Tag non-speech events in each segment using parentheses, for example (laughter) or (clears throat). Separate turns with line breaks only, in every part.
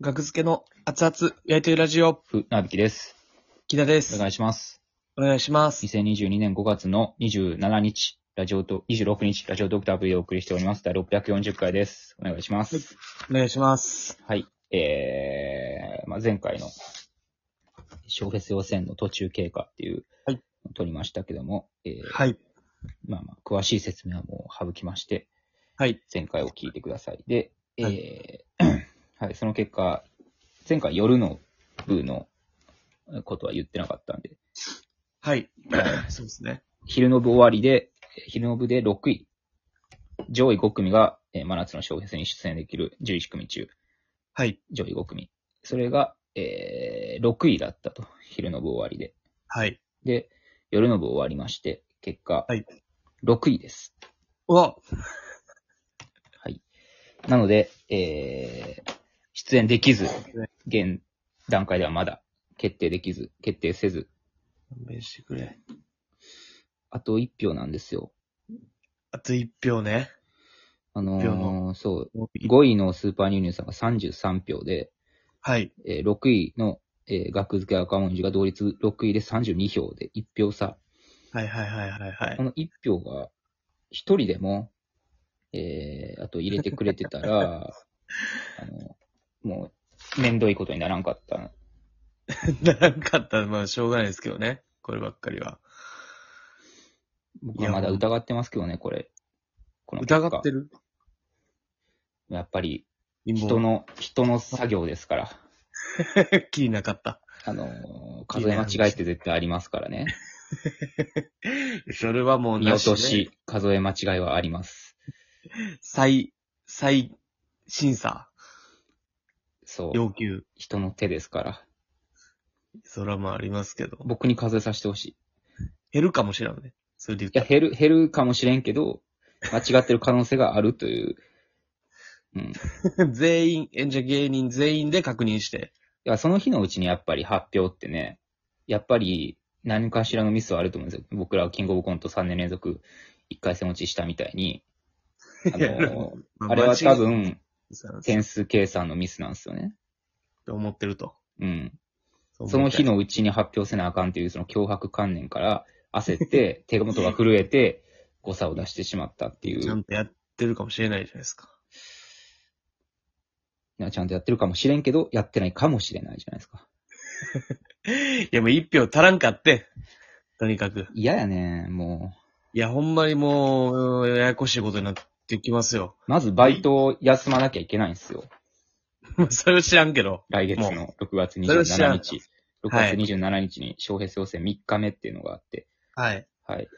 学付けの熱々焼いてるラジオ、
ふ、なびきです。
木田で
お
す。
願いします。
お願いします。
2022年5月の27日、ラジオと、26日、ラジオドクター V でお送りしております。第640回です。お願いします。
お願いします。
はい。えー、まあ、前回の、小フェス予選の途中経過っていう、
はい
取りましたけども、えー
はい。
まあまあ、詳しい説明はもう省きまして、
はい。
前回を聞いてください。で、えー
は
(clears throat) はい、その結果、前回夜の部のことは言ってなかったんで、
(clears throat) はい。そうですね。
昼の部終わりで、えー昼の部で6位。上位5組が、えー真夏の小フェスに出演できる11組中、
はい。
上位5組。それが、えー6位だったと。昼の部終わりで。
はい。
で、夜の部終わりまして、結果、
はい
6位です。
うわ
はい。なので、えー出演できず、現段階ではまだ決定できず、決定せず、
勘弁してくれ。
あと1票なんですよ。
あと1票ね。
あ
一票
のー
の
そう、5位のスーパーニューニューさんが33票で、
はい。
えー6位の、えー、学付け赤文字が同率6位で32票で1票差。
はいはいはいはいは
こ
い。
の1票が、1人でも、えー、あと入れてくれてた
(laughs)
ら、あの、もう、めんどいことにならんかった。
ならんかったら、まあ、しょうがないですけどね。こればっかりは。
僕はまだ疑ってますけどね、これ。この結果
疑ってる
やっぱり、
陰謀 (laughs)
人の、人の作業ですから。
きりなかった。
あの、数え間違いって絶対ありますからね。
それはもう
見
な
落
し、
と
ね。
し、数え間違いはあります。
再、再審査、
そう。
要求。
人の手ですから。
それはまあありますけど。
僕に数えさせてほしい。
減るかもしれんね。それで言っ
い
た
や、
ら。
減る、減るかもしれんけど、間違ってる可能性があるという。うん。
(laughs)
い
全員、演者芸人全員で確認して。
や、その日のうちにやっぱり発表ってね、やっぱり何かしらのミスはあると思うんですよ。僕らはキングオブコント3年連続1回戦落ちしたみたいに。あ
いやで
の、あれは多、分
点
点数計算のミスなんですよね。
と思ってると。
うん。
そう
そ
思
の
って
日。のうちに発表せなあかんというその脅迫観念から焦
(laughs)
って、手元が震えて誤差を出してしまったってい
ちゃ
う。
んとやってるかもしれないじゃないですか。 (laughs)
ちゃんとやってるかもしれんけど、やってないかもしれないじゃないですか。
いや、もう一票足らんかって。とにかく。
嫌やね、も
いや、ほんまにもう、ややこしいことになってきますよ。 (laughs)
う。まずバイトを休まなきゃいけないんですよ。
まあそれを知らんけど。
来月の6月
それを知ら
27
ん
日。6
は
月
い
27日に小平予選3日目っていうのがあって。
はい。
はい。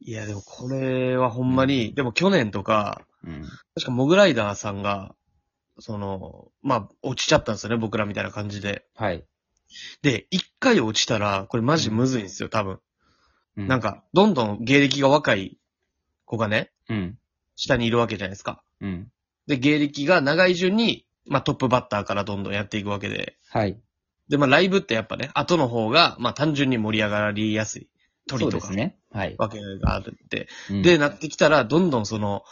いや、でもこれはほんまに、でも去年とか、
うん。
確かモグライダーさんが、その、まあ、落ちちゃったんですよね、僕らみたいな感じで。
はい。
で、一回落ちたら、これマジむずいんですよ、多分。
う
なん。か、どんどん芸歴が若い子がね、
うん。
下にいるわけじゃないですか。
うん。
で、芸歴が長い順に、まあトップバッターからどんどんやっていくわけで。
はい。
で、まあライブってやっぱね、後の方が、まあ単純に盛り上がりやすい。
そ
鳥
う
と
で
か、
すね。はい。
わけがあるって。
うん
で、、なってきたら、どんどんその、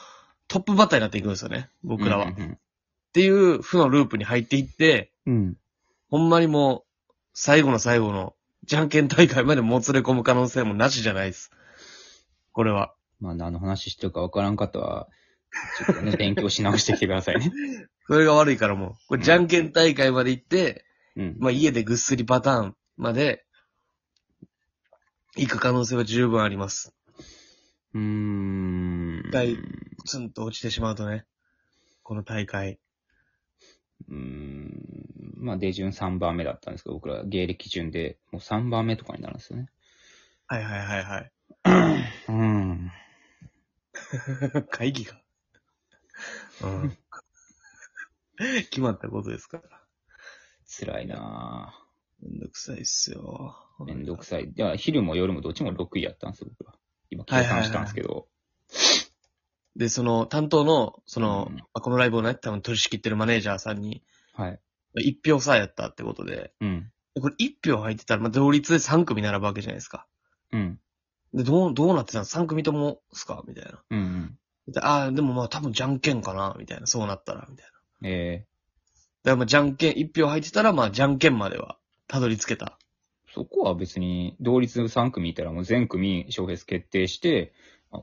トップバッターになっていくんですよね、僕らは。
うん
っ。ていう負のループに入っていって、
うんうん。
ほんまにもう、最後の最後の、じゃんけん大会までもつれ込む可能性もなしじゃないです。これは。
まあ、何の話してるかわからん方は、ちょっ
(laughs)
とね、勉強し直してきてくださいね。
それが悪いからもう。これ、じゃんけん大会まで行って、
うん。
(laughs) まあ、家でぐっすりパターンまで、行く可能性は十分あります。
うーん。
一回
う
ツンと落ちてしまうとね。この大会。
ーん。まあ、出順3番目だったんですけど、僕ら芸歴順で、もう3番目とかになるんですよね。
はいはいはいはい。
うん。
(laughs) 会議が。 (laughs) うん。決まったことですから。
辛いな
めんどくさいっすよ。
ぁ。めんどくさい。いや、昼も夜もどっちも6位やったんですよ、僕は。今、計算したんですけど。
で、その担当の、その、
うん
まあこのライブをね、多分取り仕切ってるマネージャーさんに、
はい。
1票差やったってことで、
うん。
でこれ1票入ってたら、まあ、同率で3組並ぶわけじゃないですか。
うん。
で、どう、どうなってたの ?3 組ともっすかみたいな。
うん。
でああ、でもまあ多分じゃんけんかなみたいな。そうなったら、みたい
え
だからまあ、じゃんけん、一票入ってたら、まあ、じゃんけんまでは、たどり着けた。
そこは別に、同率3組いたらもう全組小フェス決定して、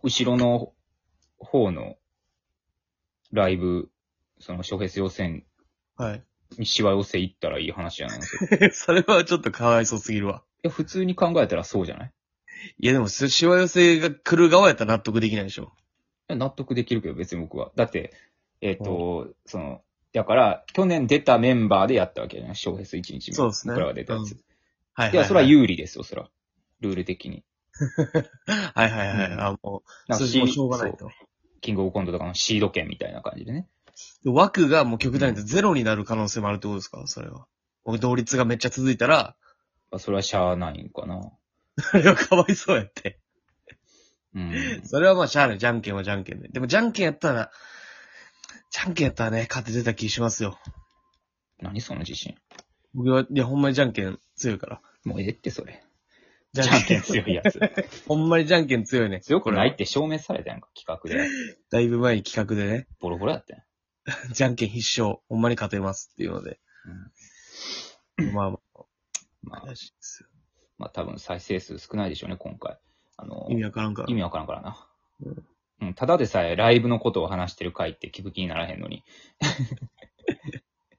後ろの方のライブ、その小フェス予選
はい。 (laughs)
にしわ寄せ行ったらいい話じゃないですか。い
それはちょっとかわいそうすぎるわ。
や、普通に考えたらそうじゃないい
いや、でも、すしわ寄せが来る側やったら納得できないでしょ。
や納得できるけど別に僕は。だって、えっ、と、その、だから、去年出たメンバーでやったわけじゃない小フェス1日目。
そうですね
僕らが出たやつ。
うんはいはい、はい。
いや、それは有利ですよ、それは。ルール的に。
はいはいはい。
うん
あ、もう、
なんか
数字もしょうがない
そ
と。
キングオブコントとかのシード権みたいな感じでね。
で枠がもう極端に言うとゼロになる可能性もあるってことですかそれは。僕、同率がめっちゃ続いたら、 (laughs)
まあ、それはしゃあないんかな。
それはかわいそうやって。
う
(laughs)
ん。
それはまあ、しゃあない。じゃんけんはじゃんけんで。でも、じゃんけんやったら、じゃんけんやったらね、勝って出た気しますよ。
何その自信。
僕は、いや、ほんまにじゃんけん強いから。
もうええって、それ。
じ
じゃんけん強いや
(laughs)
つ。
ほんまにじゃんけん強いね。
強くないって証明されたやんか、企画で。
だいぶ前に企画でね、
ボロボロやったやん。
じゃんけん必勝、ほんまに勝てますっていうので。まあまあ、
まあ、
怪しいですよ
まあ多分再生数少ないでしょうね、今回。あの、
意味わからんから
意。味わからんからな。うん、ただでさえライブのことを話してる回って気づきにならへんのに。
っ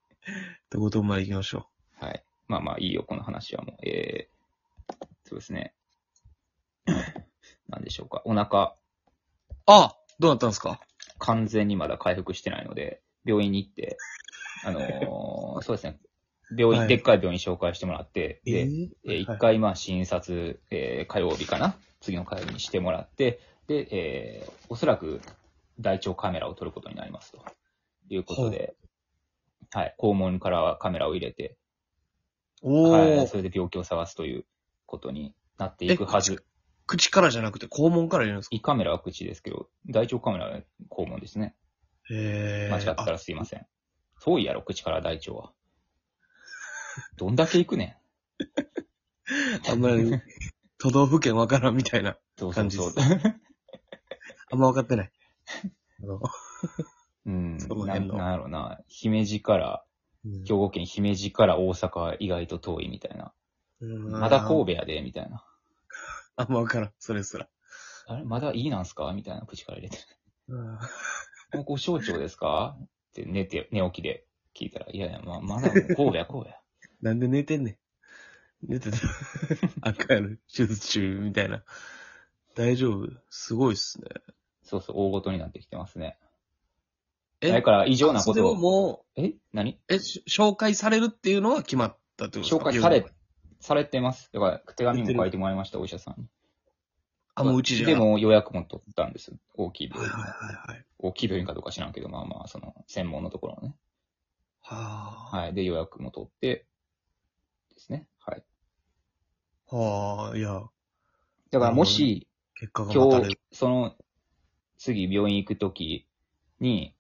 てことまで行きましょう。
はい。まあまあいいよ、この話はもう。えー、そうですね。 (coughs) なんでしょうか。お腹、
あどうなったんですか
完全にまだ回復してないので、病院に行って、あのーそうですね。病院、
はい
でっかい病院紹介してもらって、で、
ー
えー、一
はい
回、まあ、診察、えー火曜日かな次の火曜日にしてもらって、で、えーおそらく、大腸カメラを撮ることになりますと。いうことで、はい、肛門からはカメラを入れて、
おー、
はい、それで病気を探すということになっていくはず。
口からじゃなくて肛門から入れるんですか
胃カメラは口ですけど、大腸カメラは肛門ですね。
へー。
間違ってたらすいません。遠いやろ、口から大腸は。どんだけ行くねん。
ああんまり、都道府県わからんみたいな。
そうそ
感
う
じ
そ
で
う
す。あんま分かって
(laughs)
ない。あの
うん
その。
な
辺の
なんやろうな。姫路から、兵庫県姫路から大阪は意外と遠いみたいな。まだ神戸やで、みたいな。
あんま分からん、それすら。
あれまだいいなんすかみたいな口から入れて。
うん
(laughs) もうご省庁ですかって寝て、寝起きで聞いたら、いやいや、まあ、まだもう神戸や神戸や。 (laughs)
なんで寝てんねん。寝てた。赤やろ、手術中みたいな。大丈夫すごいっすね。
そうそう、大ごとになってきてますね。
え
だから異常な
そ
こ
れ
と
を
を、
も
え何
う、え、し紹介されるっていうのは決まったってことですか
紹介され
病院
されてます。だから手紙も書いてもらいました、お医者さんに。
あ、もううちじゃ
で。も予約も取ったんです。大きい
はい
病
はい
院。
はいはい。
大きい病院かどうか知らんけど、まあまあ、その、専門のところのね。
はあ。
はい。で、予約も取って、ですね。はい。
はあ、いや、
だからもし、
結果が待
今
たれ
日
る。、
その、次病院行くときに、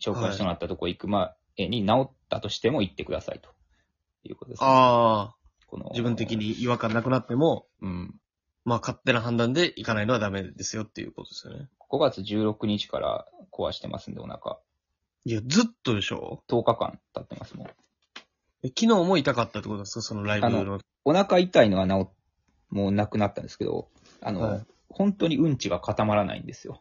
紹介してもらったとこ行くまえに治ったとしても行ってくださいと。いうことです、ね。
ああ、
この
自分的。に違和感なくなっても、
うん。
まあ勝手な判断で行かないのはダメですよっていうことですよね。
5月16日から壊してますんで、お腹。
いや、ずっとでしょ
10日間経ってますもん。
え昨日も痛かったってことですかそのライブ
あ
の。
お腹痛いのは治っ、もうなくなったんですけど、あの、
はい
本当にうんちが固まらないんですよ。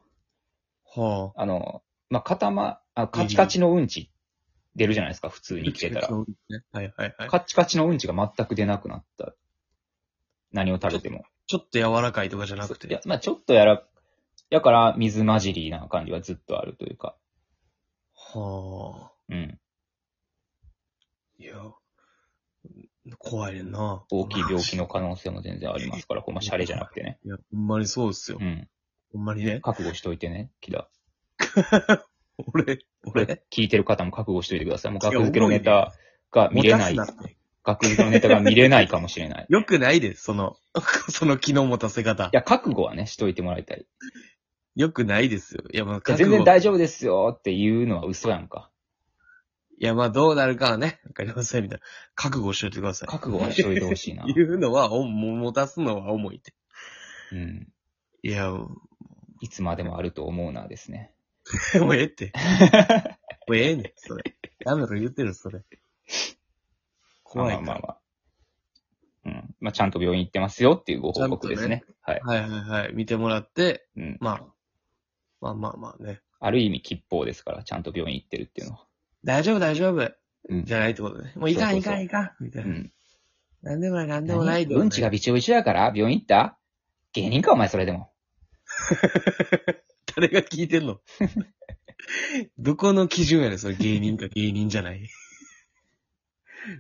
は
あの、まあ、固ま、あカチカチのうんち出るじゃないですか、普
あ。
通に生きてたら。
ねはいはいはい。
カッチカチのうんちが全く出なくなった。何を食べても。
ちょっと柔らかいとかじゃなく
いや
て。、
まあちょっとやら、やから水混じりな感じはずっとあるというか。
はあ。
うん。
いや、怖いねんな。
大きい病気
の。
の可能性も全然ありますから、こうまあシャレじゃなくてね。
いや、ほんまにそうですよ
う。ん。
ほんまにね。
覚悟しといてね、木田。
俺、
こ
俺、
れ、聞いてる方も覚悟しといてください。もう学付けのネタが見れない。
持たすって
学付けのネタが見れないかもしれない。い
よくないです、その、 (laughs) その気の持たせ方。
や、覚悟はね、しといてもらいたい。
よくないですよ。いや、まあ、
いや
覚悟
全然大丈夫ですよっていうのは嘘やんか。
いや、まあ、どうなるかはね、わかりません、みたいな。覚悟しといてください。
覚悟はしといて
(laughs)
ほしいな。
いうのは、おも持たすのは重いって。
うん。
いや、も (laughs)
いつまでもあると思うなですね。 (laughs)
うええって。もうええねん、それ。ダメなこと言ってる、それ。怖いから。
まあまあまあ。うん。まあ、ちゃんと病院行ってますよっていうご報告ですね。はい。
はいはいはい。見てもらって、
うん。
まあ、まあまあまあね。
ある意味、吉報ですから、ちゃんと病院行ってるっていうのは。
大丈夫大丈夫。
うん
じゃないってことね。もういかんいかんいかん。みた
う
いな。
ん。
なんでもないなんでもないで。
何うんちがびちょびちょやから、病院行った芸人か、お前、それでも。
誰が聞いてん
(laughs)
のどこの基準やねん、それ芸人か芸人じゃない。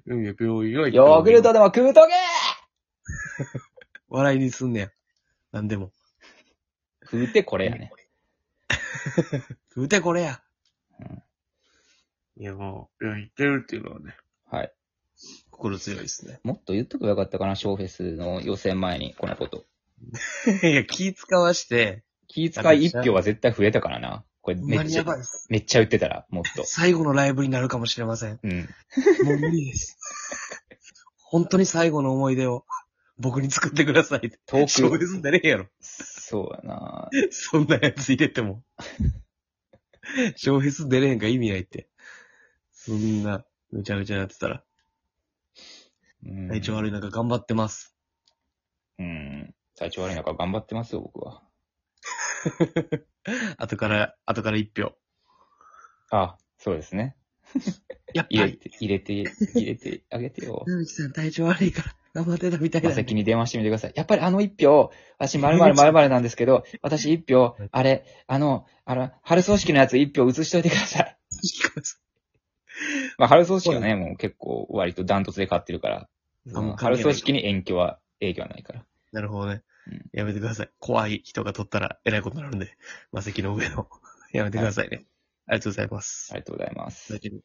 うん、病院は行った方がいい
ヨーグルトでも食うとけ
笑いにすんねや。なんでも。
食うてこれやね。
食うてこれや。
うん
いや、もう、病院行ってるっていうのはね、
はい。
心強いですね。
もっと言っとけばよかったかな、ショーフェスの予選前に、このこと。
(laughs) いや、気使わして、
気遣い一票は絶対増えたからな。これ
ほん
め
ま
っ
に
ち
や
ゃ
ば、いです。
めっちゃ言ってたら、もっと。
最後のライブになるかもしれません。
うん。
もう無理です。 (laughs) 本当に最後の思い出を僕に作ってください。
遠く
小別になれへんやろ。
そうやな
そんなやつ入れても。 (laughs) 小説出れへんか意味ないって。そんな、めちゃめちゃなってたら。
うん
体調悪い中頑張ってます。
うん。体調悪い中頑張ってますよ、僕は。
後から、後から一票。
あ、そうですね。
やっぱ
入れ
り、
て、入れて、入れてあげて
(laughs)
よ。
なみきさん体調悪いから頑張ってたみたい
馬
な。
席に電話してみてください。やっぱりあの一票、私〇〇〇〇なんですけど、私一票、あれ、あの、あの、春葬式のやつ一票移しといてください。 (laughs) まあ、春葬式はね、もう結構割とダントツで買ってるから、
あもう関係ない
春葬式に影響は、影響はないから。
なるほどね
うん。
やめてください。怖い人が取ったらえらいことになる (laughs) んで、魔石の上の。やめてくださいね。ありがとうございます
あ。りがとうございます。
だけど